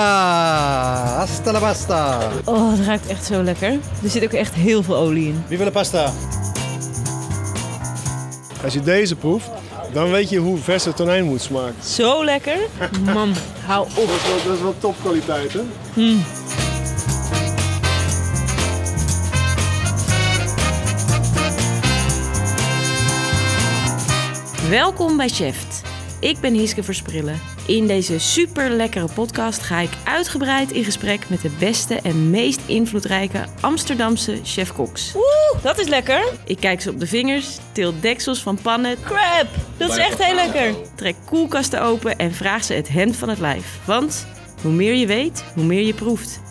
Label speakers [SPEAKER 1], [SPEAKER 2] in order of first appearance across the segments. [SPEAKER 1] Pasta! Hasta la pasta!
[SPEAKER 2] Oh, het ruikt echt zo lekker. Er zit ook echt heel veel olie in.
[SPEAKER 1] Wie wil een pasta?
[SPEAKER 3] Als je deze proeft, dan weet je hoe verse tonijn moet smaken.
[SPEAKER 2] Zo lekker. Man, hou op.
[SPEAKER 3] Dat is wel, topkwaliteit, hè?
[SPEAKER 4] Welkom bij Cheft. Ik ben Hiske Versprillen. In deze super lekkere podcast ga ik uitgebreid in gesprek met de beste en meest invloedrijke Amsterdamse chef-koks.
[SPEAKER 2] Oeh, dat is lekker.
[SPEAKER 4] Ik kijk ze op de vingers, til deksels van pannen,
[SPEAKER 2] Crap, dat is echt heel lekker.
[SPEAKER 4] trek koelkasten open en vraag ze het hemd van het lijf. Want hoe meer je weet, hoe meer je proeft.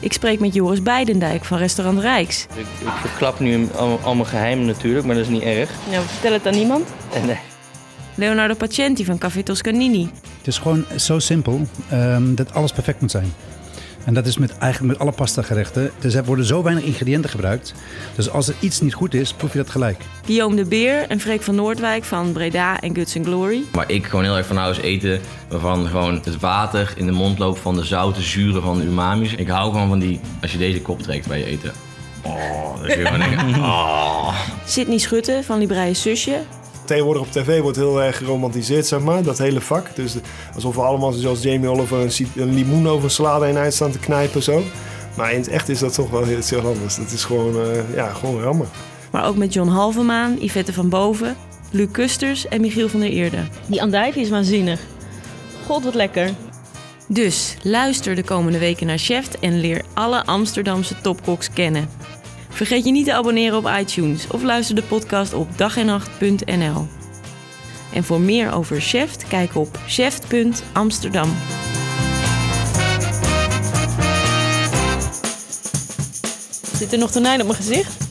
[SPEAKER 4] Ik spreek met Joris Beidendijk van Restaurant Rijks.
[SPEAKER 5] Ik, ik verklap nu een- al, al mijn geheimen natuurlijk, maar dat is niet erg.
[SPEAKER 2] Nou, vertel het aan niemand.
[SPEAKER 5] En, eh,
[SPEAKER 4] Leonardo Pacenti van Café Toscanini.
[SPEAKER 6] Het is gewoon zo simpel ehm, dat alles perfect moet zijn. En dat is met, eigenlijk met alle pasta gerechten. Dus er worden zo weinig ingrediënten gebruikt. Dus als er iets niet goed is, proef je dat gelijk.
[SPEAKER 4] Guillaume de Beer en Freek van Noordwijk van Breda en Guts Glory.
[SPEAKER 7] Maar ik gewoon heel erg van huis eten waarvan gewoon het water in de mond loopt van de zouten, zuren van de umami's. Ik hou gewoon van die, als je deze kop trekt bij je eten. Oh, dat kun je gewoon denken. Oh.
[SPEAKER 4] Sidney Schutte van Libraïe Zusje.
[SPEAKER 3] Tegenwoordig op tv wordt heel erg geromantiseerd, zeg maar, dat hele vak. Dus de- alsof we allemaal zoals Jamie Oliver een, ci- een limoen over een salade heen uit staan te knijpen zo. Maar in het echt is dat toch wel iets heel anders. Dat is gewoon, eh, ja, gewoon rammen.
[SPEAKER 4] Maar ook met John Halvermaan, Yvette van Boven, Luc Kusters en Michiel van der Eerde.
[SPEAKER 2] Die andijvie is waanzinnig. God, wat lekker.
[SPEAKER 4] Dus luister de komende weken naar Chef en leer alle Amsterdamse topkoks kennen. Vergeet je niet te abonneren op iTunes of luister de podcast op dagennacht.nl. En voor meer over Chef, kijk op chef.amsterdam.
[SPEAKER 2] Zit er nog tonijn op mijn gezicht?